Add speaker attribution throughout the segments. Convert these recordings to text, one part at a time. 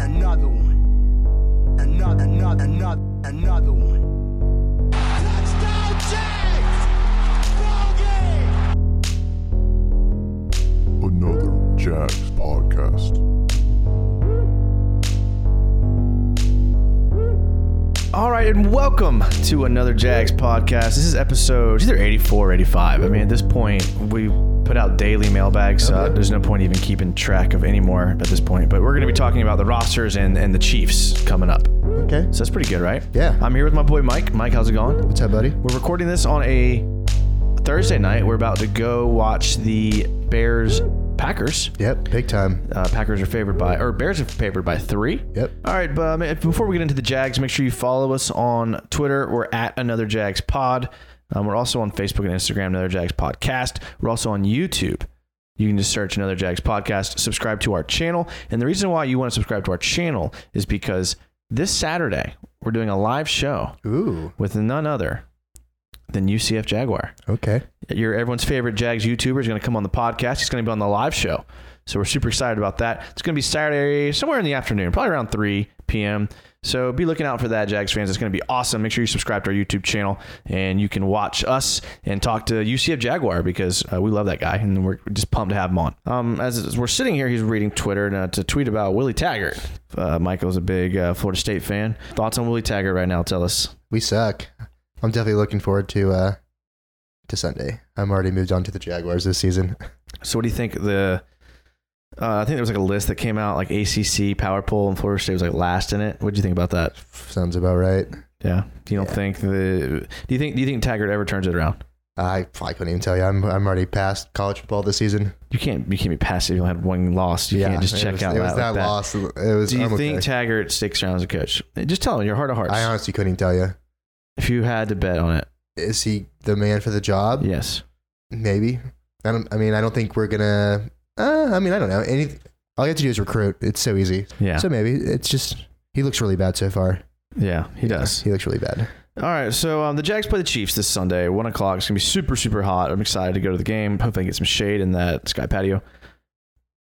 Speaker 1: another one. Another, another, another, another one. Touchdown, Jags! Bogey!
Speaker 2: Another Jags podcast.
Speaker 3: All right, and welcome to another Jags podcast. This is episode either 84 or 85. I mean, at this point, we put out daily mailbags. so there's no point even keeping track of anymore at this point. But we're going to be talking about the rosters and, and the Chiefs coming up.
Speaker 4: Okay.
Speaker 3: So that's pretty good, right?
Speaker 4: Yeah.
Speaker 3: I'm here with my boy Mike. Mike, how's it going?
Speaker 4: What's up, buddy?
Speaker 3: We're recording this on a Thursday night. We're about to go watch the Bears Packers.
Speaker 4: Yep, big time.
Speaker 3: Uh, Packers are favored by, or Bears are favored by three.
Speaker 4: Yep.
Speaker 3: All right, but um, if- before we get into the Jags, make sure you follow us on Twitter. We're at Another Jags Pod. Um, we're also on Facebook and Instagram, Another Jags Podcast. We're also on YouTube. You can just search Another Jags Podcast, subscribe to our channel. And the reason why you want to subscribe to our channel is because this Saturday, we're doing a live show
Speaker 4: Ooh.
Speaker 3: with none other than UCF Jaguar
Speaker 4: Okay.
Speaker 3: your everyone's favorite Jags YouTuber is going to come on the podcast. He's going to be on the live show. So we're super excited about that. It's going to be Saturday, somewhere in the afternoon, probably around 3 p.m. So be looking out for that, Jags fans. It's going to be awesome. Make sure you subscribe to our YouTube channel and you can watch us and talk to UCF Jaguar because uh, we love that guy and we're just pumped to have him on. Um, as, as we're sitting here, he's reading Twitter and, uh, to tweet about Willie Taggart. Uh, Michael's a big uh, Florida State fan. Thoughts on Willie Taggart right now? Tell us.
Speaker 4: We suck. I'm definitely looking forward to uh to Sunday. I'm already moved on to the Jaguars this season.
Speaker 3: So what do you think the? Uh, I think there was like a list that came out like ACC Power Poll and Florida State was like last in it. What do you think about that?
Speaker 4: Sounds about right.
Speaker 3: Yeah, do you don't
Speaker 4: Yeah.
Speaker 3: think the? Do you think do you think Taggart ever turns it around?
Speaker 4: I I couldn't even tell you. I'm I'm already past college football this season.
Speaker 3: You can't you can't be passive. You only have one loss. You can't just
Speaker 4: it
Speaker 3: check
Speaker 4: was-
Speaker 3: out
Speaker 4: It was
Speaker 3: that, like
Speaker 4: that,
Speaker 3: that.
Speaker 4: loss. It was.
Speaker 3: Do you
Speaker 4: I'm
Speaker 3: think
Speaker 4: okay.
Speaker 3: Taggart sticks around as a coach? Just tell him your heart of hearts.
Speaker 4: I honestly couldn't even tell you.
Speaker 3: if you had to bet on it,
Speaker 4: Is he the man for the job?
Speaker 3: yes.
Speaker 4: Maybe. I don't. I mean, I don't think we're gonna. Uh, I mean, I don't know. Any. All you have to do is recruit. It's so easy.
Speaker 3: Yeah.
Speaker 4: So maybe it's just he looks really bad so far.
Speaker 3: yeah, he does.
Speaker 4: He looks really bad.
Speaker 3: All right, so um, the Jags play the Chiefs this Sunday, one o'clock. It's gonna be super, super hot. I'm excited to go to the game. Hopefully, I get some shade in that sky patio.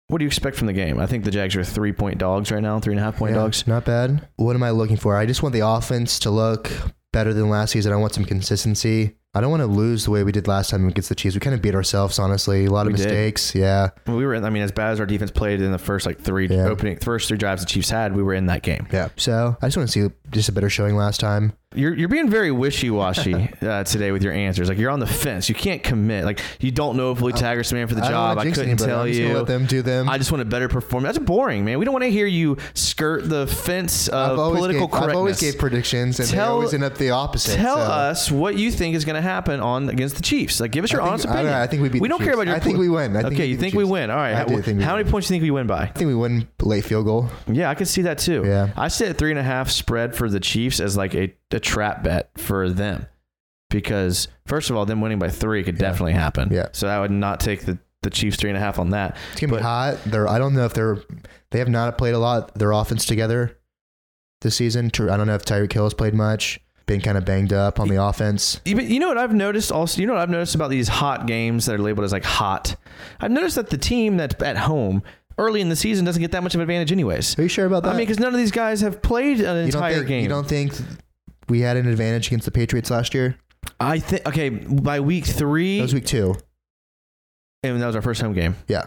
Speaker 3: What do you expect from the game? I think the Jags are three point dogs right now, three and a half point
Speaker 4: Yeah,
Speaker 3: dogs.
Speaker 4: Not bad. What am I looking for? I just want the offense to look better than last season. I want some consistency. I don't want to lose the way we did last time against the Chiefs. We kind of beat ourselves, honestly. A lot of
Speaker 3: We did.
Speaker 4: mistakes. Yeah.
Speaker 3: We were, in, I mean, as bad as our defense played in the first like three
Speaker 4: Yeah.
Speaker 3: opening, first three drives the Chiefs had, we were in that game.
Speaker 4: Yeah. So I just want to see just a better showing last time.
Speaker 3: You're you're being very wishy washy uh, today with your answers. Like you're on the fence. You can't commit. Like you don't know if Willie Taggart's the man for the
Speaker 4: I don't
Speaker 3: job.
Speaker 4: wanna
Speaker 3: I
Speaker 4: jinx
Speaker 3: couldn't
Speaker 4: anybody.
Speaker 3: tell
Speaker 4: I'm just
Speaker 3: you.
Speaker 4: gonna let them do them.
Speaker 3: I just want a better performance. That's boring, man. We don't want to hear you skirt the fence of
Speaker 4: I've always
Speaker 3: Uh, political
Speaker 4: gave,
Speaker 3: correctness.
Speaker 4: I've always gave predictions, and
Speaker 3: Tell-
Speaker 4: they always end up the opposite.
Speaker 3: Tell
Speaker 4: so.
Speaker 3: us what you think is going to happen on against the Chiefs. Like, give us your
Speaker 4: think-
Speaker 3: honest
Speaker 4: I don't
Speaker 3: opinion.
Speaker 4: know. I think we beat
Speaker 3: We
Speaker 4: the
Speaker 3: don't care
Speaker 4: Chiefs.
Speaker 3: about your.
Speaker 4: I think we win. I think
Speaker 3: okay,
Speaker 4: we
Speaker 3: you
Speaker 4: beat the
Speaker 3: think we
Speaker 4: Chiefs.
Speaker 3: win? All right.
Speaker 4: I
Speaker 3: how
Speaker 4: do think we
Speaker 3: how
Speaker 4: win.
Speaker 3: many points do you think we win by?
Speaker 4: I think we win late field goal.
Speaker 3: Yeah, I can see that too.
Speaker 4: Yeah.
Speaker 3: I see that three and a half spread for the Chiefs as like a, a trap bet for them, because first of all, them winning by three could definitely happen.
Speaker 4: Yeah.
Speaker 3: So I would not take the the Chiefs three and a half on that.
Speaker 4: It's gonna
Speaker 3: But-
Speaker 4: be hot. They're I don't know if they're they have not played a lot their offense together this season. Ty- I don't know if Tyreek Hill has played much. Been kind of banged up on the offense.
Speaker 3: Even, you know what I've noticed also. You know what I've noticed about these hot games that are labeled as like hot. I've noticed that the team that's at home early in the season doesn't get that much of an advantage, anyways.
Speaker 4: Are you sure about that?
Speaker 3: I mean, because none of these guys have played an
Speaker 4: you don't
Speaker 3: entire
Speaker 4: think,
Speaker 3: game.
Speaker 4: You don't think we had an advantage against the Patriots last year?
Speaker 3: I think okay by week three,
Speaker 4: That was week two.
Speaker 3: and that was our first home game.
Speaker 4: Yeah.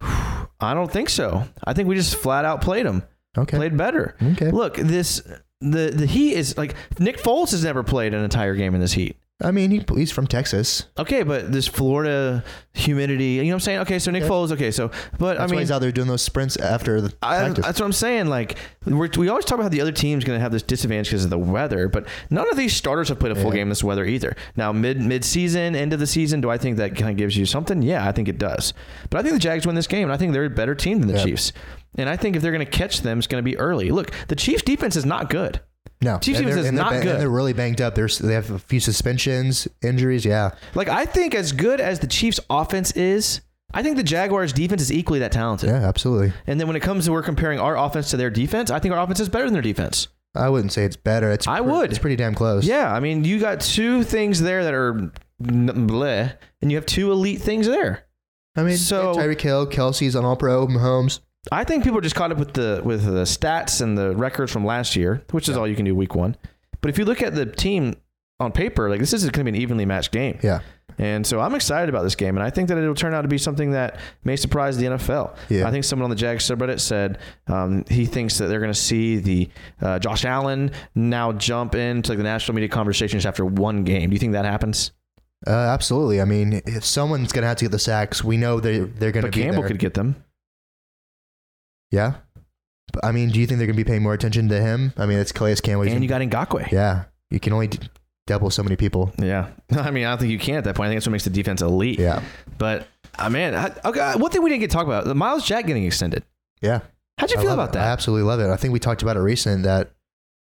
Speaker 3: I don't think so. I think we just flat out played them,
Speaker 4: Okay.
Speaker 3: played better.
Speaker 4: Okay.
Speaker 3: Look, this the the Heat is like Nick Foles has never played an entire game in this Heat.
Speaker 4: I mean, he, he's from Texas.
Speaker 3: Okay, but this Florida humidity, you know what I'm saying? Okay, so Nick Foles, okay, so but
Speaker 4: That's
Speaker 3: I
Speaker 4: why
Speaker 3: mean,
Speaker 4: he's out there doing those sprints after the
Speaker 3: I,
Speaker 4: practice.
Speaker 3: that's what I'm saying. Like we're, we always talk about how the other team's going to have this disadvantage because of the weather, but none of these starters have played a full
Speaker 4: Yeah.
Speaker 3: game this weather either. Now mid mid season, end of the season, do I think that kind of gives you something? Yeah, I think it does. But I think the Jags win this game, and I think they're a better team than the
Speaker 4: Yeah.
Speaker 3: Chiefs. And I think if they're going to catch them, it's going to be early. Look, the Chiefs defense is not good.
Speaker 4: no,
Speaker 3: Chiefs
Speaker 4: and
Speaker 3: defense
Speaker 4: they're-
Speaker 3: is
Speaker 4: and they're
Speaker 3: not
Speaker 4: ba-
Speaker 3: good.
Speaker 4: And they're really banged up. There's they have a few suspensions, injuries. Yeah,
Speaker 3: Like I think as good as the Chiefs offense is, I think the Jaguars defense is equally that talented.
Speaker 4: yeah, absolutely.
Speaker 3: And then when it comes to we're comparing our offense to their defense, I think our offense is better than their defense.
Speaker 4: I wouldn't say it's better. It's
Speaker 3: I
Speaker 4: pre-
Speaker 3: would.
Speaker 4: It's pretty damn close.
Speaker 3: Yeah, I mean, you got two things there that are n- bleh, and you have two elite things there.
Speaker 4: I mean,
Speaker 3: So-
Speaker 4: so Tyreek Hill, Kelsey's on All Pro, Mahomes.
Speaker 3: I think people are just caught up with the with the stats and the records from last year, which is all you can do week one. But if you look at the team on paper, like this is going to be an evenly matched game.
Speaker 4: Yeah.
Speaker 3: And so I'm excited about this game, and I think that it'll turn out to be something that may surprise the NFL.
Speaker 4: Yeah.
Speaker 3: I think someone on the Jags subreddit said um, he thinks that they're going to see the uh, Josh Allen now jump into like the national media conversations after one game. Do you think that happens?
Speaker 4: Uh, absolutely. I mean, if someone's gonna have to get the sacks, we know they they're gonna
Speaker 3: But
Speaker 4: be
Speaker 3: Campbell
Speaker 4: there.
Speaker 3: could get them.
Speaker 4: yeah. But, I mean, do you think they're gonna be paying more attention to him? I mean, it's Calais Campbell.
Speaker 3: and you got Ngakwe.
Speaker 4: yeah, you can only d- double so many people.
Speaker 3: Yeah. I mean, I don't think you can at that point. I think that's what makes the defense elite.
Speaker 4: Yeah,
Speaker 3: But, uh, man, I, okay, one thing we didn't get to talk about the Miles Jack getting extended.
Speaker 4: yeah.
Speaker 3: How'd you
Speaker 4: I
Speaker 3: feel
Speaker 4: love
Speaker 3: about
Speaker 4: it. I
Speaker 3: that?
Speaker 4: absolutely love it. I think we talked about it recent that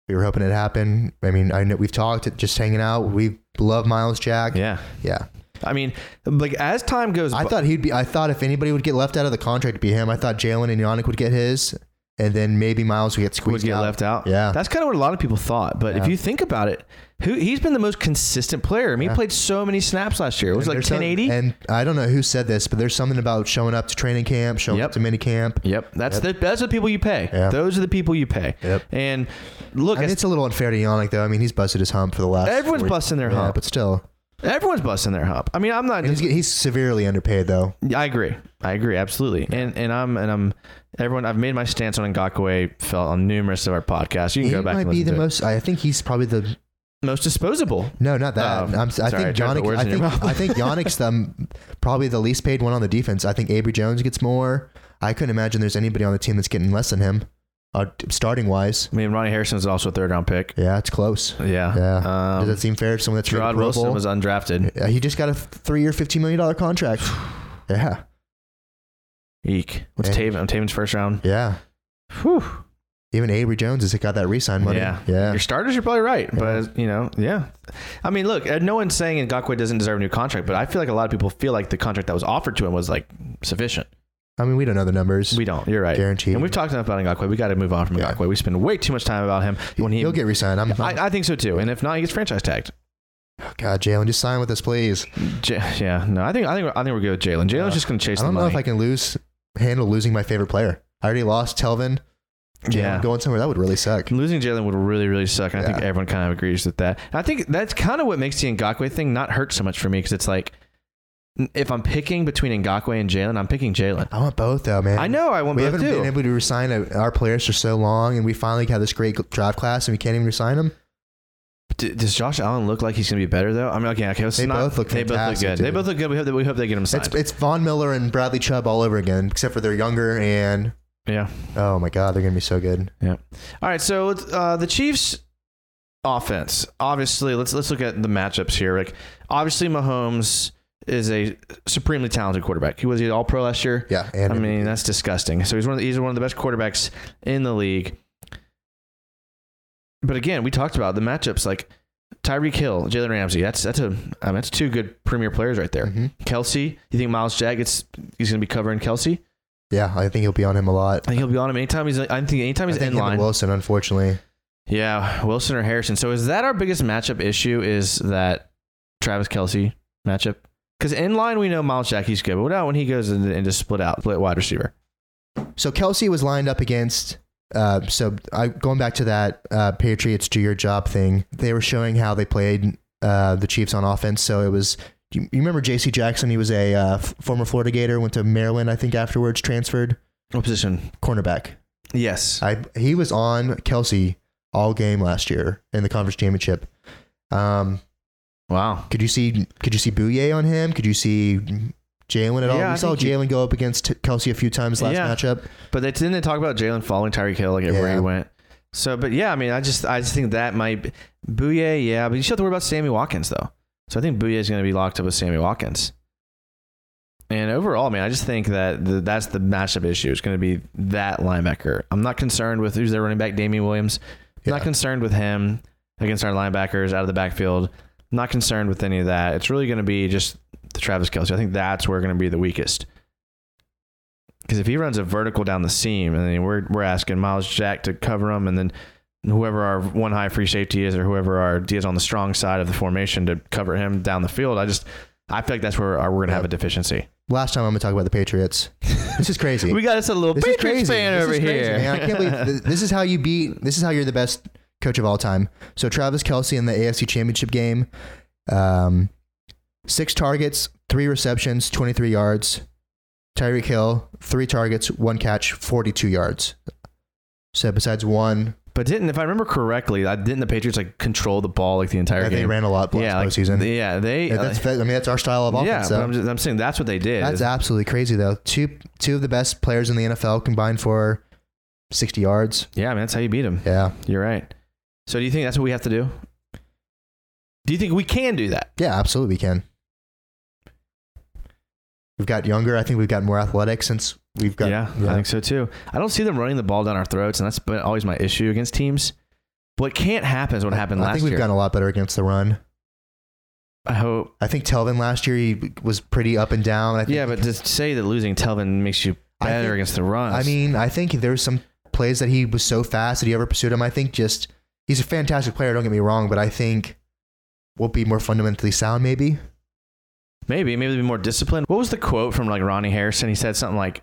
Speaker 4: we were hoping it happened. I mean, I know we've talked, just hanging out. We love Miles Jack.
Speaker 3: Yeah.
Speaker 4: yeah.
Speaker 3: I mean, like, as time goes
Speaker 4: I
Speaker 3: bu-
Speaker 4: thought he'd be. I thought if anybody would get left out of the contract, it'd be him. I thought Jalen and Yannick would get his, and then maybe Miles would get
Speaker 3: would
Speaker 4: squeezed
Speaker 3: get
Speaker 4: out.
Speaker 3: left out.
Speaker 4: Yeah.
Speaker 3: That's kind of what a lot of people thought. But if
Speaker 4: Yeah.
Speaker 3: you think about it, who he's been the most consistent player. I mean, he played so many snaps last year. It was like
Speaker 4: There's some-
Speaker 3: 1080.
Speaker 4: And I don't know who said this, but there's something about showing up to training camp, showing
Speaker 3: Yep.
Speaker 4: up to mini camp.
Speaker 3: Yep, that's the that's the people you pay.
Speaker 4: Yeah.
Speaker 3: Those are the people you pay.
Speaker 4: Yep.
Speaker 3: And look,
Speaker 4: I mean,
Speaker 3: as-
Speaker 4: it's a little unfair to Yannick, though. I mean, he's busted his hump for the last.
Speaker 3: everyone's
Speaker 4: four-
Speaker 3: busting their
Speaker 4: yeah,
Speaker 3: hump.
Speaker 4: but still,
Speaker 3: Everyone's busting their hump. I mean, I'm not.
Speaker 4: and he's, he's severely underpaid, though.
Speaker 3: I agree. I agree absolutely. And and I'm and I'm everyone. I've made my stance on Ngakwe felt on numerous of our podcasts. You
Speaker 4: He
Speaker 3: can go back.
Speaker 4: might
Speaker 3: and
Speaker 4: be the
Speaker 3: listen to it.
Speaker 4: most. I think he's probably the
Speaker 3: most disposable.
Speaker 4: no, not that.
Speaker 3: Um,
Speaker 4: I'm, s- I
Speaker 3: sorry, I
Speaker 4: think
Speaker 3: tried to put
Speaker 4: Yannick.
Speaker 3: words
Speaker 4: I
Speaker 3: in your
Speaker 4: think
Speaker 3: mouth.
Speaker 4: I think Yannick's the um, probably the least paid one on the defense. I think Avery Jones gets more. I couldn't imagine there's anybody on the team that's getting less than him, uh, t- starting wise.
Speaker 3: I mean, Ronnie Harrison was also a third round pick.
Speaker 4: Yeah, it's close.
Speaker 3: Yeah.
Speaker 4: Yeah.
Speaker 3: Um,
Speaker 4: Does that seem fair? Someone that's
Speaker 3: Gerard
Speaker 4: Pro
Speaker 3: Wilson
Speaker 4: Bowl?
Speaker 3: was undrafted.
Speaker 4: Yeah, he just got a three-year, fifteen million dollar contract. Yeah,
Speaker 3: Eek. What's
Speaker 4: Yeah.
Speaker 3: Taven? Taven's first round.
Speaker 4: yeah.
Speaker 3: Whew.
Speaker 4: Even Avery Jones has got that re-sign money.
Speaker 3: Yeah.
Speaker 4: yeah.
Speaker 3: Your starters, you're probably right. But, you know, yeah. I mean, look, uh, no one's saying Ngakwe doesn't deserve a new contract, but I feel like a lot of people feel like the contract that was offered to him was like sufficient.
Speaker 4: I mean, we don't know the numbers.
Speaker 3: We don't. You're right.
Speaker 4: Guaranteed.
Speaker 3: And we've talked enough about Ngakwe. We got to move on from
Speaker 4: Yeah.
Speaker 3: Ngakwe. We spend way too much time about him. When he,
Speaker 4: He'll get re-signed. I'm, I'm-
Speaker 3: I, I think so too. And if not, he gets franchise tagged.
Speaker 4: God, Jalen, just sign with us, please.
Speaker 3: J- yeah. No, I think I think I think we're good with Jalen. Jalen's
Speaker 4: Uh,
Speaker 3: just going to chase
Speaker 4: I don't
Speaker 3: the
Speaker 4: know
Speaker 3: money.
Speaker 4: if I can lose handle losing my favorite player. I already lost Telvin. Jalen
Speaker 3: Yeah.
Speaker 4: going somewhere that would really suck.
Speaker 3: Losing Jalen would really, really suck. And I think
Speaker 4: Yeah.
Speaker 3: everyone kind of agrees with that. And I think that's kind of what makes the Ngakwe thing not hurt so much for me because it's like, n- if I'm picking between Ngakwe and Jalen, I'm picking Jalen.
Speaker 4: I want both though, man.
Speaker 3: I know I want
Speaker 4: We
Speaker 3: both
Speaker 4: haven't
Speaker 3: too.
Speaker 4: been able to resign a- our players for so long, and we finally have this great draft class, and we can't even resign them.
Speaker 3: D- does Josh Allen look like he's going to be better though? I mean, okay, okay. let's
Speaker 4: They
Speaker 3: not-
Speaker 4: both look
Speaker 3: They both look
Speaker 4: fantastic,
Speaker 3: good. They
Speaker 4: dude.
Speaker 3: both look good. We hope that we hope they get him
Speaker 4: It's
Speaker 3: signed.
Speaker 4: it's Von Miller and Bradley Chubb all over again, except for they're younger and
Speaker 3: yeah.
Speaker 4: oh my god, they're gonna be so good.
Speaker 3: Yeah. All right. So let's- uh, the Chiefs' offense, obviously, let's let's look at the matchups here. Like, obviously, Mahomes is a supremely talented quarterback. He was an All Pro last year.
Speaker 4: Yeah, and
Speaker 3: I mean, that's disgusting. So he's one of the, he's one of the best quarterbacks in the league. But again, we talked about the matchups like Tyreek Hill, Jalen Ramsey. That's that's a I mean, that's two good premier players right there.
Speaker 4: Mhm.
Speaker 3: Kelsey, you think Miles Jack gets he's going to be covering Kelsey?
Speaker 4: yeah, I think he'll be on him a lot.
Speaker 3: I think he'll be on him anytime he's I think anytime
Speaker 4: I
Speaker 3: he's
Speaker 4: think
Speaker 3: in
Speaker 4: him and
Speaker 3: line.
Speaker 4: Wilson, unfortunately.
Speaker 3: Yeah, Wilson or Harrison. So is that our biggest matchup issue? Is that Travis Kelsey matchup? Because in line we know Miles Jack he's good, but what about when he goes in- into split out, split wide receiver?
Speaker 4: So Kelsey was lined up against. Uh, so I, going back to that uh, Patriots do your job thing, they were showing how they played uh, the Chiefs on offense. So it was. You, you remember J.C. Jackson? He was a uh, f- former Florida Gator, went to Maryland, I think. Afterwards, transferred
Speaker 3: What position?
Speaker 4: cornerback.
Speaker 3: Yes.
Speaker 4: I he was on Kelsey all game last year in the conference championship. Um,
Speaker 3: Wow.
Speaker 4: could you see could you see Bouye on him? Could you see Jalen at all?
Speaker 3: Yeah, I
Speaker 4: we saw
Speaker 3: think he-
Speaker 4: Jalen go up against Kelsey a few times last
Speaker 3: Yeah.
Speaker 4: matchup.
Speaker 3: But they didn't they talk about Jalen following Tyreek Hill like everywhere
Speaker 4: Yeah.
Speaker 3: he went. So, but yeah, I mean, I just I just think that might be, Bouye, yeah, but you still have to worry about Sammy Watkins though. So I think Bouye is going to be locked up with Sammy Watkins. And overall, man, I just think that the, that's the matchup issue. It's going to be that linebacker. I'm not concerned with who's their running back, Damian Williams. I'm Not
Speaker 4: Yeah.
Speaker 3: concerned with him against our linebackers out of the backfield. Not concerned with any of that. It's really going to be just the Travis Kelsey. I think that's where we're going to be the weakest. Because if he runs a vertical down the seam, and then we're we're asking Miles Jack to cover him, and then whoever our one high free safety is, or whoever our D is on the strong side of the formation to cover him down the field, I just I feel like that's where our- we're going to have a deficiency.
Speaker 4: Last time I'm gonna talk about the Patriots. This is crazy.
Speaker 3: We got us a little
Speaker 4: this is
Speaker 3: Patriots
Speaker 4: crazy.
Speaker 3: fan
Speaker 4: This
Speaker 3: over
Speaker 4: is crazy,
Speaker 3: here.
Speaker 4: man. I can't believe th- this is how you beat. This is how you're the best coach of all time. So Travis Kelsey in the AFC Championship game, um, six targets, three receptions, 23 yards. Tyreek Hill, three targets, one catch, 42 yards. So besides one,
Speaker 3: But didn't, if I remember correctly, I didn't the Patriots like control the ball like the entire
Speaker 4: they
Speaker 3: game.
Speaker 4: ran a lot last
Speaker 3: yeah, like,
Speaker 4: postseason.
Speaker 3: yeah, they.
Speaker 4: Yeah, that's, I mean, that's our style of
Speaker 3: uh,
Speaker 4: offense.
Speaker 3: yeah, but
Speaker 4: though.
Speaker 3: I'm, just, I'm saying that's what they did.
Speaker 4: That's absolutely crazy, though. Two two of the best players in the NFL combined for sixty yards.
Speaker 3: yeah, man, that's how you beat them.
Speaker 4: Yeah,
Speaker 3: You're right. So do you think that's what we have to do? Do you think we can do that?
Speaker 4: yeah, absolutely, we can. We've got younger. I think we've got more athletic since we've got.
Speaker 3: yeah, I think so too. I don't see them running the ball down our throats, and that's been always my issue against teams. What can't happen is what happened
Speaker 4: I
Speaker 3: last
Speaker 4: think we've
Speaker 3: year.
Speaker 4: gotten a lot better against the run.
Speaker 3: I hope.
Speaker 4: I think Telvin last year he was pretty up and down. I think,
Speaker 3: Yeah, but to say that losing Telvin makes you
Speaker 4: I
Speaker 3: better
Speaker 4: think-
Speaker 3: against the run.
Speaker 4: I mean, I think there's some plays that he was so fast that he ever pursued him. I think just he's a fantastic player. Don't get me wrong, but I think we'll be more fundamentally sound. Maybe
Speaker 3: Maybe, maybe they'd be more disciplined. What was the quote from like Ronnie Harrison? He said something like,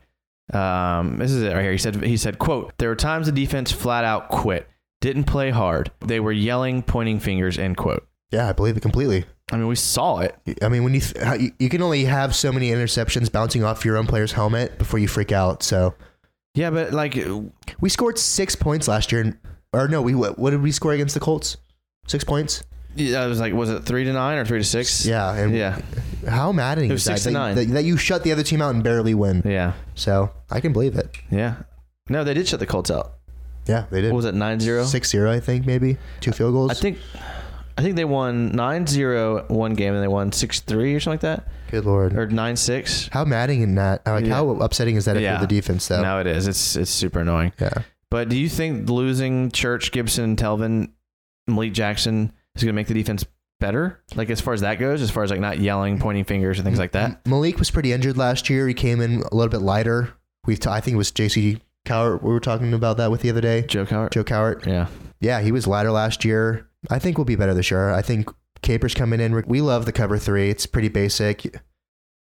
Speaker 3: um, "This is it right here." He said, "He said, quote: There were times the defense flat out quit, didn't play hard. They were yelling, pointing fingers." End quote.
Speaker 4: yeah, I believe it completely.
Speaker 3: I mean, we saw it.
Speaker 4: I mean, when you th- how- you- you can only have so many interceptions bouncing off your own player's helmet before you freak out. So
Speaker 3: Yeah, but like,
Speaker 4: we scored six points last year, and, or no, we what, what did we score against the Colts? Six points.
Speaker 3: yeah, I was like, was it three to nine or three to six?
Speaker 4: Yeah, and
Speaker 3: yeah,
Speaker 4: How maddening
Speaker 3: It was
Speaker 4: is that?
Speaker 3: six to
Speaker 4: that,
Speaker 3: nine.
Speaker 4: That, that you shut the other team out and barely win.
Speaker 3: yeah,
Speaker 4: So I can believe it.
Speaker 3: yeah. No, they did shut the Colts out.
Speaker 4: Yeah, they did.
Speaker 3: What was it, nine zero?
Speaker 4: Six zero, I think maybe two field goals.
Speaker 3: I think, I think they won 9-0 one game, and they won six three or something like that,
Speaker 4: Good lord.
Speaker 3: or nine six.
Speaker 4: how maddening in that? Like
Speaker 3: Yeah.
Speaker 4: how upsetting is that if
Speaker 3: Yeah.
Speaker 4: you're the defense though?
Speaker 3: Now it is. It's it's super annoying.
Speaker 4: Yeah.
Speaker 3: But do you think losing Church, Gibson, Telvin, Malik Jackson is going to make the defense better? Like as far as that goes, as far as like not yelling, pointing fingers, and things like that.
Speaker 4: Malik was pretty injured last year. He came in a little bit lighter. We've t- I think it was JC Cowart we were talking about that with the other day.
Speaker 3: Joe Cowart.
Speaker 4: Joe Cowart.
Speaker 3: Yeah,
Speaker 4: Yeah, he was lighter last year. I think we'll be better this year. I think Capers coming in. We love the cover three. It's pretty basic.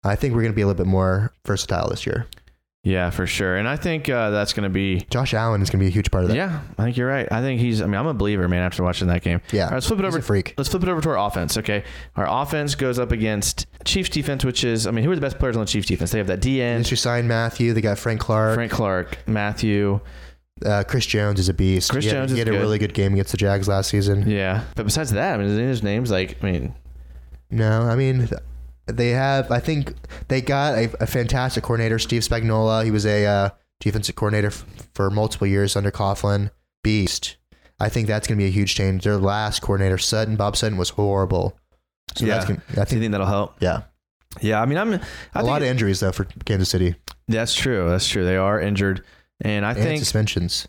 Speaker 4: I think we're going to be a little bit more versatile this year.
Speaker 3: yeah, for sure. And I think uh, that's going to be.
Speaker 4: Josh Allen is going to be a huge part of that.
Speaker 3: Yeah, I think you're right. I think he's. I mean, I'm a believer, man. After watching that game.
Speaker 4: Yeah.
Speaker 3: All right, let's flip it
Speaker 4: He's
Speaker 3: over.
Speaker 4: a freak.
Speaker 3: Let's flip it over to our offense. Okay, our offense goes up against Chiefs defense, which is. I mean, who are the best players on the Chiefs defense? They have that
Speaker 4: Since
Speaker 3: DN,
Speaker 4: you signed Matthew, they got Frank Clark.
Speaker 3: Frank Clark, Matthew.
Speaker 4: Uh, Chris Jones is a beast.
Speaker 3: Chris
Speaker 4: he had,
Speaker 3: Jones
Speaker 4: he
Speaker 3: is
Speaker 4: had
Speaker 3: good.
Speaker 4: a really good game against the Jags last season.
Speaker 3: Yeah, but besides that, I mean, his name's like. I mean,
Speaker 4: No, I mean, th- they have. I think they got a, a fantastic coordinator, Steve Spagnuolo. He was a uh, defensive coordinator f- for multiple years under Coughlin. Beast. I think that's going to be a huge change. Their last coordinator, Sutton, Bob Sutton, was horrible. So
Speaker 3: Yeah.
Speaker 4: that's gonna, I
Speaker 3: do you
Speaker 4: think.
Speaker 3: think that'll help?
Speaker 4: Yeah,
Speaker 3: Yeah, I mean, I'm. I
Speaker 4: a
Speaker 3: think
Speaker 4: lot of injuries though for Kansas City
Speaker 3: That's true. That's true. They are injured, and I
Speaker 4: and
Speaker 3: think
Speaker 4: suspensions.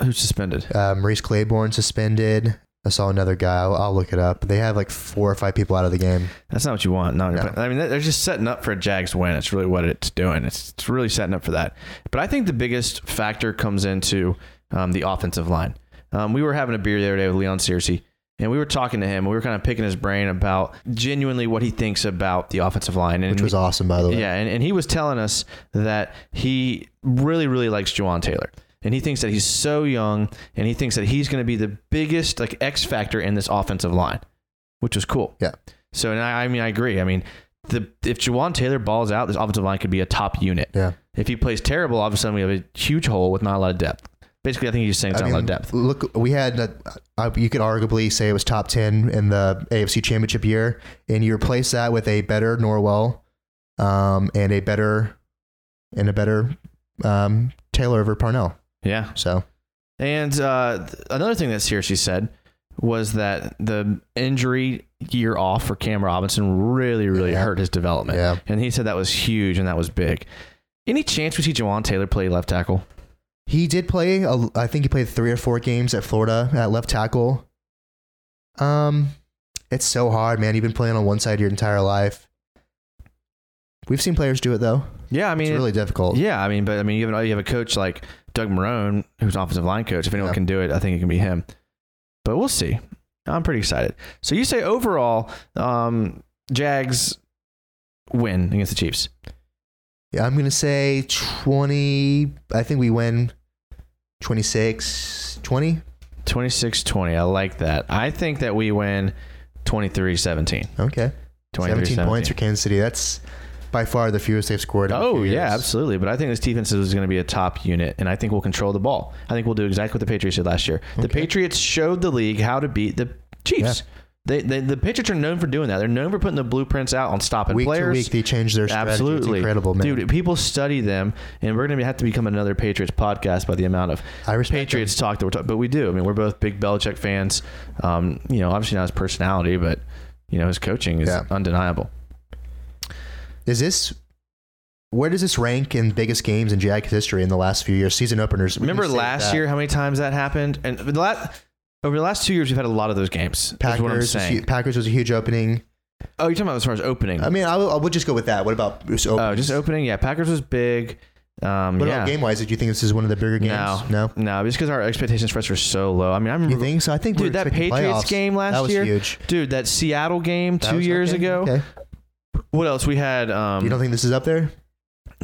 Speaker 3: who's suspended?
Speaker 4: Uh, Maurice Claiborne suspended. I saw another guy. I'll, I'll look it up. They have like four or five people out of the game.
Speaker 3: That's not what you want. Not
Speaker 4: No.
Speaker 3: I mean, they're just setting up for a Jags win. It's really what it's doing. It's, it's really setting up for that. But I think the biggest factor comes into um, the offensive line. Um, we were having a beer the other day with Leon Searcy, and we were talking to him. and We were kind of picking his brain about genuinely what he thinks about the offensive line, and
Speaker 4: which was awesome, by the way.
Speaker 3: Mm. Yeah, and, and he was telling us that he really, really likes Juwan Taylor. And he thinks that he's so young and he thinks that he's going to be the biggest like X factor in this offensive line, which was cool.
Speaker 4: Yeah.
Speaker 3: So and I, I mean I agree. I mean the if Juwan Taylor balls out, this offensive line could be a top unit.
Speaker 4: Yeah.
Speaker 3: If he plays terrible, all of a sudden we have a huge hole with not a lot of depth. Basically, I think he's saying it's
Speaker 4: I
Speaker 3: not a lot of
Speaker 4: mean,
Speaker 3: depth.
Speaker 4: Look, we had uh, uh, you could arguably say it was top ten in the AFC Championship year, and you replace that with a better Norwell, um, and a better and a better um, Taylor over Parnell.
Speaker 3: Yeah.
Speaker 4: So
Speaker 3: And uh, th- another thing that Searcy said was that the injury year off for Cam Robinson really, really
Speaker 4: Yeah.
Speaker 3: hurt his development.
Speaker 4: Yeah.
Speaker 3: And he said that was huge and that was big. Any chance we see Jawan Taylor play left tackle?
Speaker 4: he did play. A, I think he played three or four games at Florida at left tackle. Um, it's so hard, man. You've been playing on one side your entire life. We've seen players do it though.
Speaker 3: Yeah, I mean,
Speaker 4: It's really difficult.
Speaker 3: yeah, I mean, but I mean, you have, an, you have a coach like Doug Marone, who's an offensive line coach. If anyone
Speaker 4: Yeah.
Speaker 3: can do it, I think it can be him. But we'll see. I'm pretty excited. So you say overall, um, Jags win against the Chiefs.
Speaker 4: Yeah, I'm going to say 20. I think we win 26 20.
Speaker 3: 26 20. I like that. I think that we win 23 17.
Speaker 4: Okay. 17 points for Kansas City. That's by far the fewest they've scored. in a
Speaker 3: Oh
Speaker 4: few
Speaker 3: yeah,
Speaker 4: years.
Speaker 3: absolutely. But I think this defense is going to be a top unit, and I think we'll control the ball. I think we'll do exactly what the Patriots did last year. The Patriots showed the league how to beat the Chiefs. They, they, the Patriots are known for doing that. They're known for putting the blueprints out on stopping
Speaker 4: Week
Speaker 3: players.
Speaker 4: to week, they change their strategy. Absolutely. It's
Speaker 3: Absolutely,
Speaker 4: incredible, man.
Speaker 3: Dude, people study them, and we're going to have to become another Patriots podcast by the amount of
Speaker 4: I respect
Speaker 3: Patriots talk that we're talking. But we do. I mean, we're both big Belichick fans. Um, you know, obviously not his personality, but you know his coaching is
Speaker 4: Yeah.
Speaker 3: undeniable.
Speaker 4: Is this where does this rank in biggest games in Jags history in the last few years? Season openers. We
Speaker 3: Remember
Speaker 4: can save
Speaker 3: last
Speaker 4: that.
Speaker 3: year how many times that happened? And the last, over the last two years, we've had a lot of those games. That's what I'm
Speaker 4: Packers. was,
Speaker 3: saying.
Speaker 4: hu- Packers was a huge Um, opening.
Speaker 3: oh, you're talking about as far as opening?
Speaker 4: I mean, I will, I will just go with that. What about just open?
Speaker 3: oh, just opening. Yeah, Packers was big. Um,
Speaker 4: what
Speaker 3: yeah.
Speaker 4: about game wise? Did you think this is one of the bigger games?
Speaker 3: No,
Speaker 4: no.
Speaker 3: no, just because our expectations for us were so low. I mean, I
Speaker 4: You
Speaker 3: remember
Speaker 4: think so? I think we
Speaker 3: dude
Speaker 4: were
Speaker 3: that
Speaker 4: expecting
Speaker 3: Patriots
Speaker 4: playoffs.
Speaker 3: game last
Speaker 4: that was
Speaker 3: year.
Speaker 4: Huge.
Speaker 3: Dude, that Seattle game
Speaker 4: That
Speaker 3: two
Speaker 4: was-
Speaker 3: years
Speaker 4: okay,
Speaker 3: ago.
Speaker 4: Okay.
Speaker 3: What else? We had. Um,
Speaker 4: you don't think this is up there?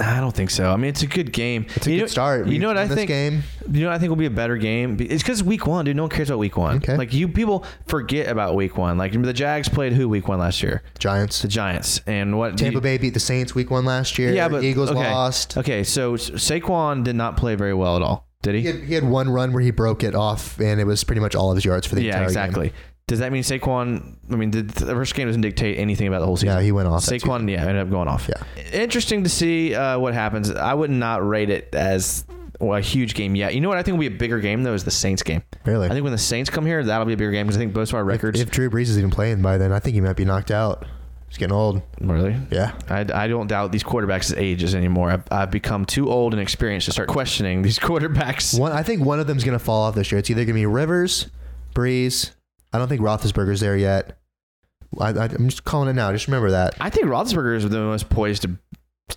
Speaker 3: I don't think so. I mean, it's a good game.
Speaker 4: It's a
Speaker 3: you
Speaker 4: good
Speaker 3: know,
Speaker 4: start.
Speaker 3: You
Speaker 4: We
Speaker 3: know what
Speaker 4: won
Speaker 3: I
Speaker 4: this
Speaker 3: think?
Speaker 4: Game.
Speaker 3: You know what I think will be a better game? Be- It's because week one, dude. No one cares about week one.
Speaker 4: Okay.
Speaker 3: Like you people forget about week one. Like remember the Jags played who week one last year?
Speaker 4: Giants.
Speaker 3: The Giants. And what?
Speaker 4: Tampa Bay beat the Saints week one last year.
Speaker 3: Yeah, but
Speaker 4: Eagles
Speaker 3: okay.
Speaker 4: lost.
Speaker 3: Okay, so S- Saquon did not play very well at all, did
Speaker 4: He
Speaker 3: he?
Speaker 4: had, he had one run where he broke it off, and it was pretty much all of his yards for the
Speaker 3: yeah,
Speaker 4: entire
Speaker 3: exactly. Does that mean Saquon? I mean, the, the first game doesn't dictate anything about the whole
Speaker 4: game.
Speaker 3: season.
Speaker 4: Yeah, he went off. that season.
Speaker 3: Saquon, yeah, ended up going off. Yeah. Interesting to see uh, what happens. I would not rate it as well, a huge game yet. You know what I think will be a bigger game though is the Saints game.
Speaker 4: Really?
Speaker 3: I think when the Saints come here, that'll be a bigger game because I think both of our records.
Speaker 4: If Drew Brees is even playing by then, I think he might be knocked out. He's getting old.
Speaker 3: really?
Speaker 4: Yeah.
Speaker 3: I, I don't doubt these quarterbacks' ages anymore. I've, I've become too old and experienced to start questioning these quarterbacks.
Speaker 4: One, I think one of them's going to fall off this year. It's either going to be Rivers, Brees. I don't think Roethlisberger's there yet. I, I, I'm just calling it now. Just remember that.
Speaker 3: I think Roethlisberger is the most poised to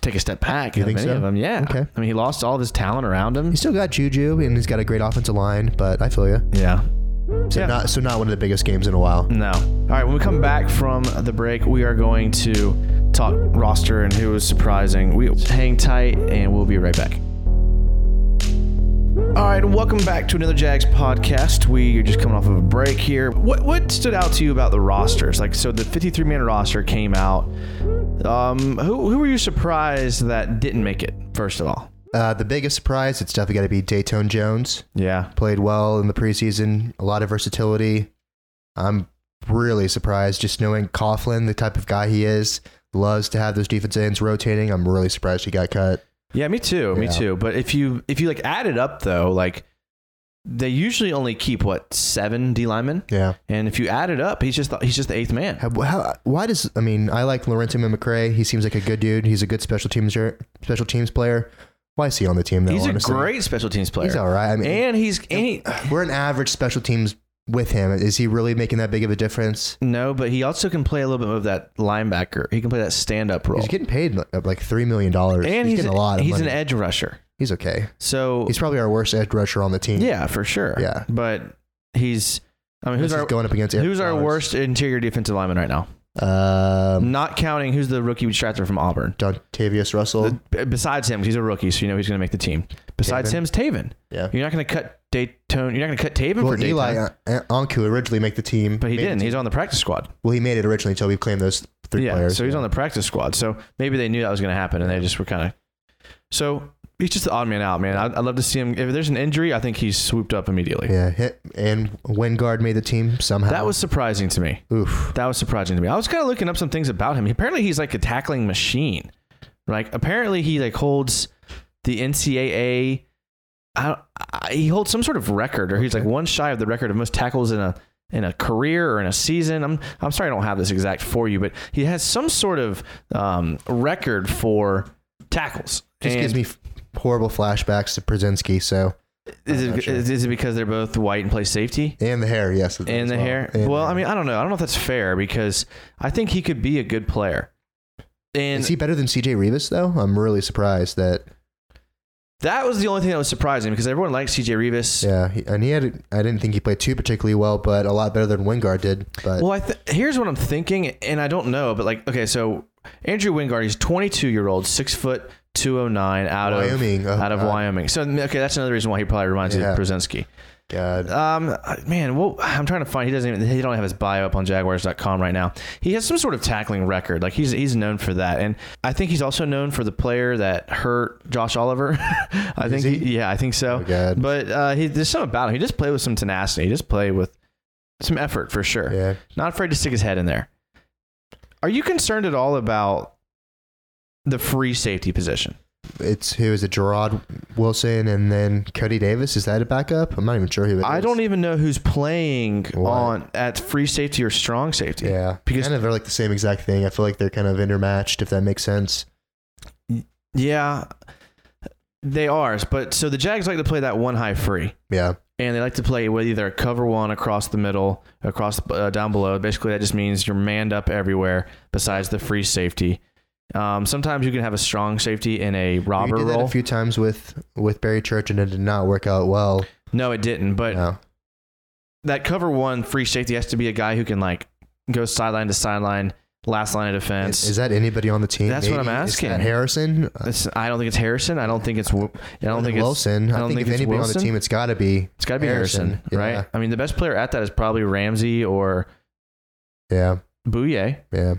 Speaker 3: take a step back.
Speaker 4: You
Speaker 3: of
Speaker 4: think
Speaker 3: any
Speaker 4: so?
Speaker 3: of them. Yeah.
Speaker 4: Okay.
Speaker 3: I mean, he lost all of his talent around him.
Speaker 4: He's still got Juju, and he's got a great offensive line, but I feel you.
Speaker 3: Yeah.
Speaker 4: So,
Speaker 3: Yeah.
Speaker 4: not, so not one of the biggest games in a while.
Speaker 3: No. All right. When we come back from the break, we are going to talk roster and who is surprising. We hang tight, and we'll be right back. All right, welcome back to another Jags podcast. We are just coming off of a break here. What what stood out to you about the rosters? Like, so the 53 man roster came out. Um, who who were you surprised that didn't make it? First of all,
Speaker 4: Uh, the biggest surprise, it's definitely got to be Dayton Jones.
Speaker 3: yeah,
Speaker 4: Played well in the preseason, a lot of versatility. I'm really surprised just knowing Coughlin, the type of guy he is, loves to have those defense ends rotating. I'm really surprised he got cut.
Speaker 3: Yeah, me too. Me
Speaker 4: Yeah.
Speaker 3: too. But if you if you like add it up though, like they usually only keep what seven D linemen,
Speaker 4: Yeah.
Speaker 3: and if you add it up, he's just the, he's just the eighth man.
Speaker 4: How, how, why does I mean I like Laurentian and McCray. He seems like a good dude. He's a good special teams special teams player. Why is he on the team though?
Speaker 3: He's a
Speaker 4: honestly?
Speaker 3: great special teams player,
Speaker 4: He's all right. I mean,
Speaker 3: and he's and he,
Speaker 4: we're an average special teams with him. Is he really making that big of a difference?
Speaker 3: no, but he also can play a little bit of that linebacker. He can play that stand up role,
Speaker 4: He's getting paid like- like three million dollars.
Speaker 3: and
Speaker 4: he's, getting a lot. Of
Speaker 3: he's
Speaker 4: money.
Speaker 3: an edge rusher.
Speaker 4: He's okay.
Speaker 3: So
Speaker 4: He's probably our worst edge rusher on the team.
Speaker 3: yeah, for sure.
Speaker 4: Yeah.
Speaker 3: but he's. I mean, who's
Speaker 4: This is
Speaker 3: our
Speaker 4: going up against? Aaron
Speaker 3: who's our
Speaker 4: Rodgers.
Speaker 3: worst interior defensive lineman right now?
Speaker 4: Um,
Speaker 3: Not counting who's the rookie Strather from Auburn.
Speaker 4: Dontavious Russell.
Speaker 3: B- besides him, 'cause he's a rookie, so you know he's going to make the team. Besides
Speaker 4: Taven.
Speaker 3: him, him's Taven.
Speaker 4: yeah.
Speaker 3: You're not going to cut Dayton. You're not going to cut Taven
Speaker 4: Well,
Speaker 3: for
Speaker 4: Eli
Speaker 3: Dayton.
Speaker 4: uh, Anku originally make the team,
Speaker 3: But he
Speaker 4: made the
Speaker 3: didn't.
Speaker 4: team.
Speaker 3: He's on the practice squad.
Speaker 4: well, he made it originally until we claimed those three
Speaker 3: yeah,
Speaker 4: players.
Speaker 3: so he's on the practice squad. So maybe they knew that was going to happen, and they just were kind of. So he's just the odd man out, man. I'd, I'd love to see him. If there's an injury, I think he's swooped up immediately.
Speaker 4: Yeah, hit, and Wingard made the team somehow.
Speaker 3: That was surprising to me.
Speaker 4: oof.
Speaker 3: That was surprising to me. I was kind of looking up some things about him. Apparently, he's like a tackling machine. Like apparently, he like holds the NCAA. I, don't- I, he holds some sort of record, or he's like one shy of the record of most tackles in a in a career or in a season. I'm I'm sorry, I don't have this exact for you, but he has some sort of um, record for tackles.
Speaker 4: Just
Speaker 3: And
Speaker 4: gives me f- horrible flashbacks to Brzezinski. So
Speaker 3: Is
Speaker 4: I'm
Speaker 3: it,
Speaker 4: not sure.
Speaker 3: is, is it because they're both white and play safety?
Speaker 4: and the hair, yes, as
Speaker 3: And the
Speaker 4: well.
Speaker 3: hair.
Speaker 4: And
Speaker 3: well,
Speaker 4: the
Speaker 3: I
Speaker 4: hair.
Speaker 3: mean, I don't know. I don't know if that's fair because I think he could be a good player. And
Speaker 4: is he better than C.J. Revis though? I'm really surprised that.
Speaker 3: That was the only thing that was surprising because everyone likes CJ Revis.
Speaker 4: Yeah, he, and he had. I didn't think he played too particularly well, but a lot better than Wingard did. But
Speaker 3: Well, I th- here's what I'm thinking, and I don't know, but like, okay, so Andrew Wingard, he's 22 year old, six foot, 209 out
Speaker 4: Wyoming. Oh,
Speaker 3: of out of
Speaker 4: God.
Speaker 3: Wyoming. So okay, that's another reason why he probably reminds you
Speaker 4: Yeah.
Speaker 3: of Brzezinski.
Speaker 4: God.
Speaker 3: Um, man, well, I'm trying to find. He doesn't even. He don't have his bio up on Jaguars.com right now. He has some sort of tackling record. Like he's he's known for that, and I think he's also known for the player that hurt Josh Oliver. I think.
Speaker 4: he?
Speaker 3: yeah, I think so.
Speaker 4: Oh, God.
Speaker 3: But uh, he, there's something about him. He just played with some tenacity. He just played with some effort for sure.
Speaker 4: Yeah.
Speaker 3: Not afraid to stick his head in there. Are you concerned at all about the free safety position?
Speaker 4: It's who is it? Gerard Wilson and then Cody Davis. Is that a backup? I'm not even sure who it is.
Speaker 3: I don't e-, even know who's playing
Speaker 4: What?
Speaker 3: on at free safety or strong safety.
Speaker 4: Yeah.
Speaker 3: Because-
Speaker 4: kind of they're like the same exact thing. I feel like they're kind of intermatched, if that makes sense.
Speaker 3: Yeah, they are. But so the Jags like to play that one high free,
Speaker 4: Yeah.
Speaker 3: and they like to play with either a cover one across the middle, across uh, down below. Basically, that just means you're manned up everywhere besides the free safety. Um, sometimes you can have a strong safety in a
Speaker 4: we
Speaker 3: robber
Speaker 4: did that
Speaker 3: role.
Speaker 4: a few times with with Barry Church, and it did not work out well.
Speaker 3: no, it didn't. But
Speaker 4: No.
Speaker 3: that cover one free safety has to be a guy who can like go sideline to sideline, last line of defense.
Speaker 4: Is, is that anybody on the team?
Speaker 3: That's what I'm
Speaker 4: Is that
Speaker 3: asking.
Speaker 4: Harrison.
Speaker 3: It's- I don't think it's Harrison. I don't think it's. Wo- I don't think it's
Speaker 4: Wilson. I,
Speaker 3: don't
Speaker 4: think,
Speaker 3: think
Speaker 4: if
Speaker 3: it's
Speaker 4: anybody on
Speaker 3: Wilson.
Speaker 4: the team, it's got to be.
Speaker 3: It's got to be Harrison,
Speaker 4: Harrison,
Speaker 3: right?
Speaker 4: yeah.
Speaker 3: I mean, the best player at that is probably Ramsey or
Speaker 4: Yeah.
Speaker 3: Bouye.
Speaker 4: Yeah.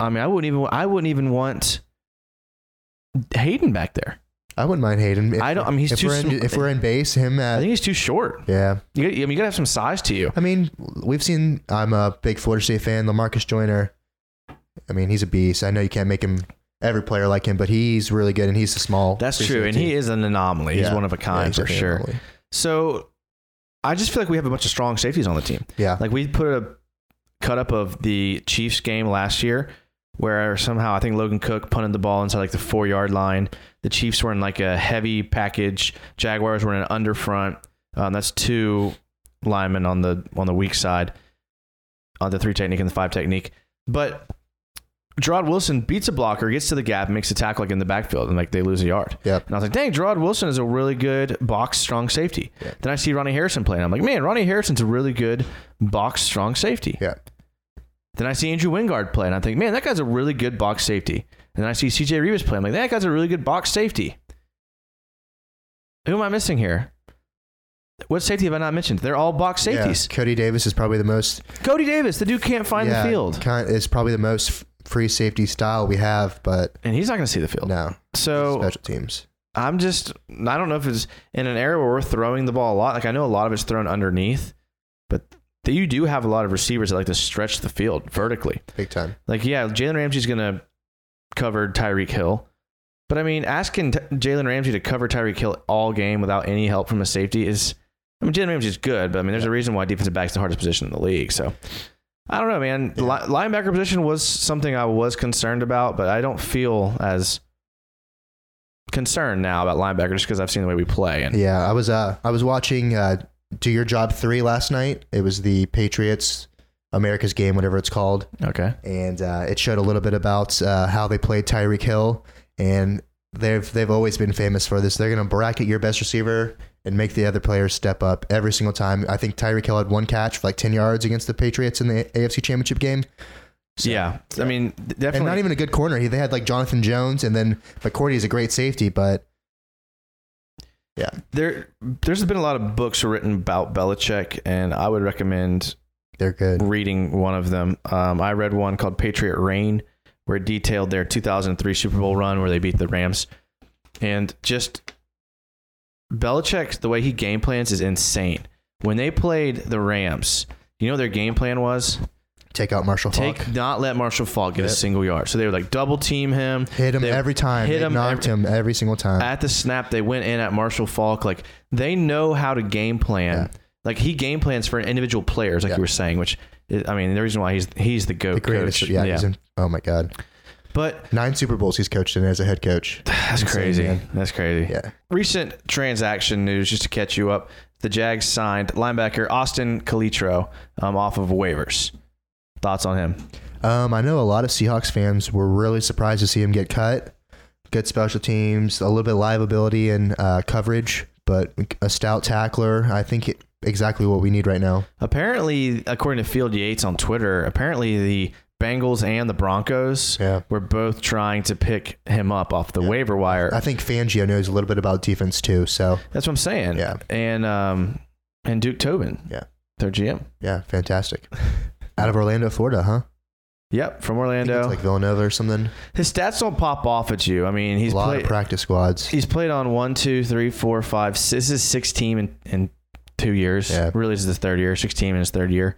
Speaker 3: I mean, I wouldn't even. I wouldn't even want Hayden back there.
Speaker 4: I wouldn't mind Hayden. If,
Speaker 3: I don't- I mean, he's
Speaker 4: if
Speaker 3: too
Speaker 4: We're in,
Speaker 3: sm-
Speaker 4: if we're in base, him
Speaker 3: I
Speaker 4: at.
Speaker 3: think he's too short.
Speaker 4: Yeah.
Speaker 3: You, got- I mean, you gotta have some size to you.
Speaker 4: I mean, we've seen. I'm a big Florida State fan. Lamarcus Joyner. I mean, he's a beast. I know you can't make him every player like him, but he's really good, and he's a small.
Speaker 3: That's
Speaker 4: free
Speaker 3: true, and
Speaker 4: safety.
Speaker 3: he is an anomaly. He's
Speaker 4: Yeah.
Speaker 3: one of a
Speaker 4: Yeah,
Speaker 3: kind
Speaker 4: he's
Speaker 3: for
Speaker 4: definitely
Speaker 3: sure.
Speaker 4: an anomaly.
Speaker 3: So, I just feel like we have a bunch of strong safeties on the team.
Speaker 4: Yeah.
Speaker 3: Like we put a cut up of the Chiefs game last year where somehow I think Logan Cook punted the ball inside like the four yard line. The Chiefs were in like a heavy package. Jaguars were in an under front. Um, that's two linemen on the on the weak side, on the three technique and the five technique. But Gerard Wilson beats a blocker, gets to the gap, makes a tackle like in the backfield, and like they lose a yard.
Speaker 4: Yep.
Speaker 3: And I was like, dang, Gerard Wilson is a really good box strong safety. Then I see Ronnie Harrison playing. I'm like, man, Ronnie Harrison's a really good box strong safety.
Speaker 4: Yeah.
Speaker 3: Then I see Andrew Wingard play, and I think, man, that guy's a really good box safety. And then I see CJ Reeves play. I'm like, that guy's a really good box safety. Who am I missing here? What safety have I not mentioned? They're all box
Speaker 4: Yeah.
Speaker 3: safeties.
Speaker 4: Cody Davis is probably the most.
Speaker 3: Cody Davis, the dude can't find
Speaker 4: yeah,
Speaker 3: the field,
Speaker 4: Kind is probably the most f- free safety style we have, but
Speaker 3: and he's not going to see the field.
Speaker 4: no
Speaker 3: Oh. so
Speaker 4: special teams.
Speaker 3: I'm just I don't know if it's in an era where we're throwing the ball a lot. Like I know a lot of it's thrown underneath, but th- you do have a lot of receivers that like to stretch the field vertically.
Speaker 4: Big time.
Speaker 3: Like yeah, Jalen Ramsey's gonna cover Tyreek Hill, but I mean asking t- Jalen Ramsey to cover Tyreek Hill all game without any help from a safety is. I mean Jalen Ramsey's good, but I mean there's a reason why defensive back's the hardest position in the league. So I don't know, man. Li- linebacker position was something I was concerned about, but I don't feel as concerned now about linebacker just because I've seen the way we play. And
Speaker 4: Yeah, I was uh I was watching uh Do Your Job 3 last night. It was the Patriots America's game, whatever it's called,
Speaker 3: okay,
Speaker 4: and uh, it showed a little bit about uh, how they played Tyreek Hill and they've they've always been famous for this. They're going to bracket your best receiver and make the other players step up every single time. I think Tyreek Hill had one catch for like 10 yards against the Patriots in the AFC Championship game. So-
Speaker 3: yeah, I mean definitely.
Speaker 4: And not even a good corner. He- They had like Jonathan Jones and then McCourty is a great safety, but
Speaker 3: there, there's been a lot of books written about Belichick, and I would recommend
Speaker 4: they're good.
Speaker 3: reading one of them. Um, I read one called Patriot Reign, where it detailed their 2003 Super Bowl run where they beat the Rams, and just Belichick, the way he game plans is insane. When they played the Rams, you know what their game plan was
Speaker 4: Take out Marshall Falk.
Speaker 3: take not let Marshall Falk get a
Speaker 4: Yep.
Speaker 3: single yard. So they would like double team him,
Speaker 4: Hit him
Speaker 3: They-
Speaker 4: every time.
Speaker 3: hit
Speaker 4: Hit
Speaker 3: him
Speaker 4: knocked him
Speaker 3: every-
Speaker 4: every single time.
Speaker 3: at the snap they went in at Marshall Falk like they know how to game plan.
Speaker 4: Yeah.
Speaker 3: Like he game plans for individual players like
Speaker 4: Yeah.
Speaker 3: you were saying which is, I mean the reason why he's he's the goat
Speaker 4: the greatest.
Speaker 3: coach.
Speaker 4: Yeah, He's in, oh my god,
Speaker 3: But
Speaker 4: nine Super Bowls he's coached in as a head coach.
Speaker 3: that's
Speaker 4: Insane,
Speaker 3: crazy.
Speaker 4: man.
Speaker 3: That's crazy.
Speaker 4: Yeah,
Speaker 3: Recent transaction news just to catch you up. The Jags signed linebacker Austin Calitro um, off of waivers. Thoughts on him?
Speaker 4: um, I know a lot of Seahawks fans were really surprised to see him get cut. Good special teams, a little bit of liability and uh, coverage, but a stout tackler. I think it, exactly what we need right now.
Speaker 3: Apparently, according to Field Yates on Twitter, apparently the Bengals and the Broncos
Speaker 4: Yeah.
Speaker 3: were both trying to pick him up off the waiver wire.
Speaker 4: I think Fangio knows a little bit about defense too. So
Speaker 3: That's what I'm saying.
Speaker 4: Yeah.
Speaker 3: And um and Duke Tobin.
Speaker 4: Yeah.
Speaker 3: Their GM.
Speaker 4: yeah, fantastic. Out of Orlando, Florida, huh?
Speaker 3: Yep, from
Speaker 4: I think it's
Speaker 3: Orlando.
Speaker 4: like Villanova or something.
Speaker 3: His stats don't pop off at you. I mean, he's
Speaker 4: a lot
Speaker 3: played
Speaker 4: of practice squads.
Speaker 3: he's played on one, two, three, four, five. s- This is six team in, in two years.
Speaker 4: Yeah.
Speaker 3: Really, this is his third year. Six team in his third year.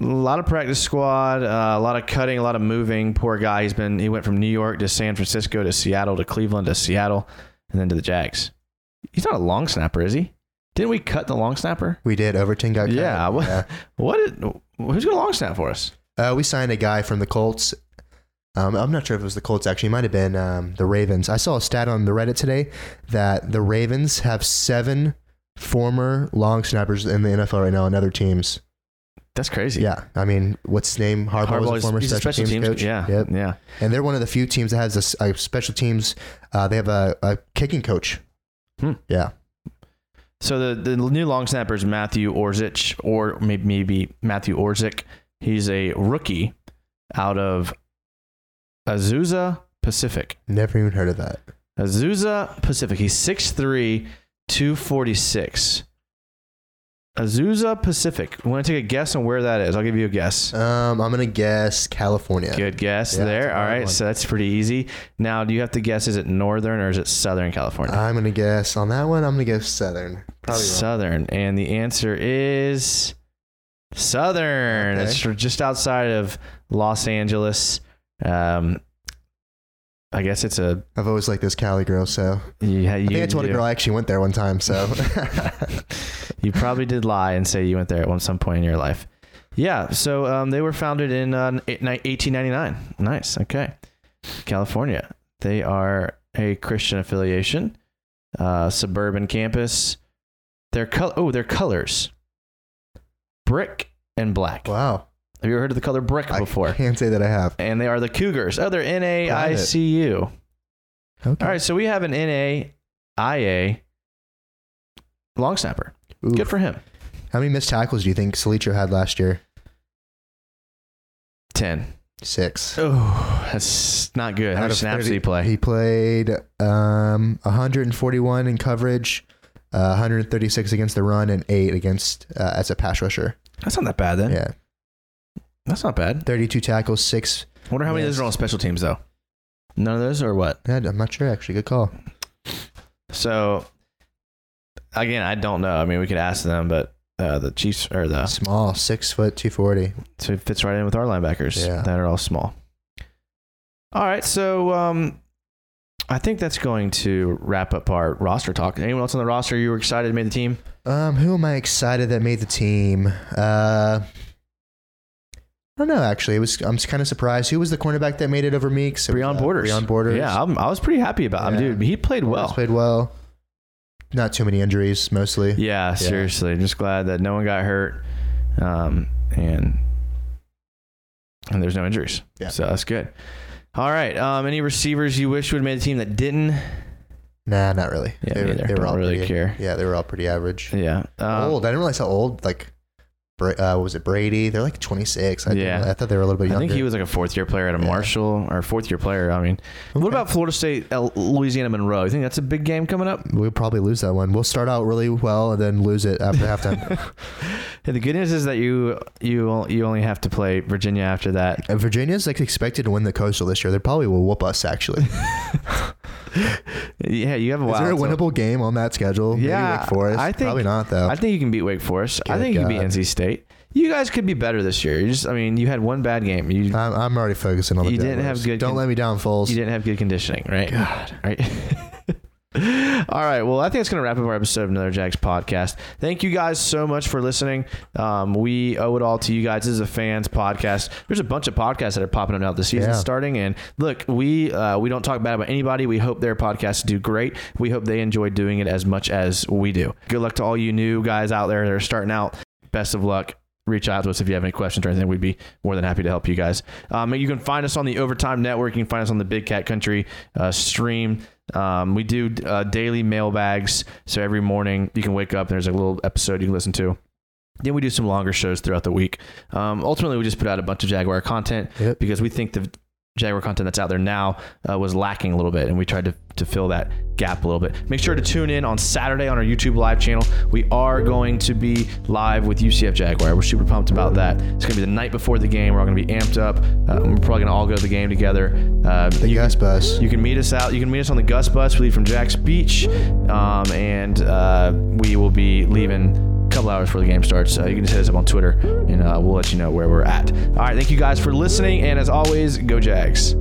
Speaker 3: A lot of practice squad, uh, a lot of cutting, a lot of moving. Poor guy. He's been he went from New York to San Francisco to Seattle to Cleveland to Seattle, and then to the Jags. He's not a long snapper, is he? Didn't we cut the long snapper?
Speaker 4: We did. Overton got cut.
Speaker 3: Yeah. What? what did, who's gonna long snap for us?
Speaker 4: Uh, we signed a guy from the Colts. Um, I'm not sure if it was the Colts actually. It might have been um, the Ravens. I saw a stat on the Reddit today that the Ravens have seven former long snappers in the NFL right now on other teams.
Speaker 3: That's crazy.
Speaker 4: Yeah, I mean, what's his name? Harbaugh, was a
Speaker 3: is-
Speaker 4: former
Speaker 3: he's
Speaker 4: special, teams, coach.
Speaker 3: Yeah.
Speaker 4: Yep.
Speaker 3: Yeah.
Speaker 4: and they're one of the few teams that has a s- a, special teams. Uh, they have a, a kicking coach.
Speaker 3: Hmm.
Speaker 4: Yeah,
Speaker 3: So the, the new long snapper is Matthew Orzic, or maybe, maybe Matthew Orzic. He's a rookie out of Azusa Pacific.
Speaker 4: never even heard of that.
Speaker 3: Azusa Pacific. He's 6'3", 246. Azusa Pacific. Want to take a guess on where that is? I'll give you a guess.
Speaker 4: Um, I'm gonna guess California.
Speaker 3: Good guess
Speaker 4: Yeah, that's
Speaker 3: there.
Speaker 4: a
Speaker 3: All
Speaker 4: hard
Speaker 3: right,
Speaker 4: one.
Speaker 3: so that's pretty easy. Now, do you have to guess? Is it northern or is it southern California?
Speaker 4: I'm gonna guess on that one. I'm gonna guess Southern. Uh, Probably wrong.
Speaker 3: Southern. And the answer is Southern.
Speaker 4: Okay.
Speaker 3: It's fr- just outside of Los Angeles. Um, I guess it's a.
Speaker 4: I've always liked this Cali girl, so
Speaker 3: Yeah, you,
Speaker 4: I think I told a
Speaker 3: you-
Speaker 4: girl I actually went there one time. So
Speaker 3: you probably did lie and say you went there at one some point in your life. Yeah. So um, they were founded in uh, eight- ni- 1899. Nice. Okay. California. They are a Christian affiliation, uh, suburban campus. Their color. Oh, their colors. Brick and black.
Speaker 4: wow,
Speaker 3: Have you ever heard of the color brick
Speaker 4: I
Speaker 3: before?
Speaker 4: can't say that I have.
Speaker 3: And they are the Cougars. Oh, they're NAICU.
Speaker 4: Okay.
Speaker 3: All right, so we have an NAIA long snapper.
Speaker 4: Ooh.
Speaker 3: Good for him.
Speaker 4: How many missed tackles do you think Salicho had last year?
Speaker 3: 10.
Speaker 4: Six.
Speaker 3: Oh, that's not good.
Speaker 4: Out
Speaker 3: How many
Speaker 4: of
Speaker 3: snaps
Speaker 4: 30
Speaker 3: did he play?
Speaker 4: He played um, 141 in coverage, uh, 136 against the run, and eight against uh, as a pass rusher.
Speaker 3: that's not that bad then.
Speaker 4: Yeah,
Speaker 3: That's not bad.
Speaker 4: 32 tackles, six.
Speaker 3: I wonder how many of those
Speaker 4: Yes.
Speaker 3: are on special teams though. None of those or what?
Speaker 4: Yeah, I'm not sure actually. Good call.
Speaker 3: So again, I don't know. I mean, we could ask them, but uh, the Chiefs or the
Speaker 4: Small, six foot, 240.
Speaker 3: So it fits right in with our linebackers
Speaker 4: Yeah.
Speaker 3: that are all small. All right, so um, I think that's going to wrap up our roster talk. Anyone else on the roster you were excited made the team?
Speaker 4: Um, who am I excited that made the team? Uh, I don't know. Actually, it was. I'm kind of surprised. Who was the cornerback that made it over Meeks? It was,
Speaker 3: Breon
Speaker 4: uh,
Speaker 3: Borders.
Speaker 4: Breon Borders.
Speaker 3: Yeah, I'm, I was pretty happy about
Speaker 4: Yeah.
Speaker 3: him, dude. He played
Speaker 4: Borders
Speaker 3: well.
Speaker 4: played well. Not too many injuries, mostly.
Speaker 3: Yeah, seriously. Just glad that no one got hurt, um, and and there's no injuries.
Speaker 4: Yeah.
Speaker 3: So that's good. All right. Um, any receivers you wish would have made the team that didn't?
Speaker 4: Nah, not really.
Speaker 3: Yeah,
Speaker 4: they, were-
Speaker 3: me either.
Speaker 4: they were
Speaker 3: Don't
Speaker 4: all
Speaker 3: really
Speaker 4: pretty,
Speaker 3: care.
Speaker 4: Yeah, they were all pretty average.
Speaker 3: Yeah. Um,
Speaker 4: old. I didn't realize how old. Like, Bra- uh, what was it Brady? They're like 26. I, didn't
Speaker 3: Yeah.
Speaker 4: realize- I thought they were a little bit
Speaker 3: I
Speaker 4: younger.
Speaker 3: think he was like a fourth year player at a
Speaker 4: Yeah.
Speaker 3: Marshall or fourth year player. I mean,
Speaker 4: Okay.
Speaker 3: what about Florida State, L- Louisiana Monroe? You think that's a big game coming up?
Speaker 4: We'll probably lose that one. We'll start out really well and then lose it after halftime.
Speaker 3: Hey, the good news is that you you on- you only have to play Virginia after that.
Speaker 4: And Virginia's like expected to win the Coastal this year. They probably will whoop us. Actually,
Speaker 3: Yeah, you have a while.
Speaker 4: is there a
Speaker 3: till-
Speaker 4: winnable game on that schedule?
Speaker 3: Yeah,
Speaker 4: Maybe Wake Forest.
Speaker 3: I think-
Speaker 4: probably not though.
Speaker 3: I think you can beat Wake Forest. I
Speaker 4: Good
Speaker 3: think you can beat
Speaker 4: God.
Speaker 3: NC State. You guys could be better this year. You just, I mean, you had one bad game. You
Speaker 4: I'm, I'm already focusing on the.
Speaker 3: You didn't have
Speaker 4: Jaguars.
Speaker 3: good
Speaker 4: Don't
Speaker 3: con-
Speaker 4: let me down, Foles.
Speaker 3: you didn't have good conditioning, right? God, right. All right. Well, I think that's going to wrap up our episode of another Jags podcast. Thank you guys so much for listening. Um, we owe it all to you guys. This is a fans podcast. There's a bunch of podcasts that are popping up now this season
Speaker 4: Yeah.
Speaker 3: starting. And look, we uh, we don't talk bad about anybody. We hope their podcasts do great. We hope they enjoy doing it as much as we do. Good luck to all you new guys out there that are starting out. Best of luck. Reach out to us if you have any questions or anything. We'd be more than happy to help you guys. Um, you can find us on the Overtime Network. You can find us on the Big Cat Country uh, stream. Um, we do uh, daily mailbags. So every morning you can wake up and there's a little episode you can listen to. Then we do some longer shows throughout the week. Um, ultimately, we just put out a bunch of Jaguar content
Speaker 4: Yep.
Speaker 3: because we think the Jaguar content that's out there now uh, was lacking a little bit, and we tried to, to fill that gap a little bit. Make sure to tune in on Saturday on our YouTube live channel. We are going to be live with UCF Jaguar. We're super pumped about that. It's going to be the night before the game. We're all going to be amped up. Uh, we're probably going to all go to the game together. Uh,
Speaker 4: The Gus Bus.
Speaker 3: you can meet us out. You can meet us on the Gus bus. We leave from Jack's Beach, um, and uh, we will be leaving a couple hours before the game starts. Uh, you can just hit us up on Twitter, and uh, we'll let you know where we're at. All right, thank you guys for listening, and as always, go Jags.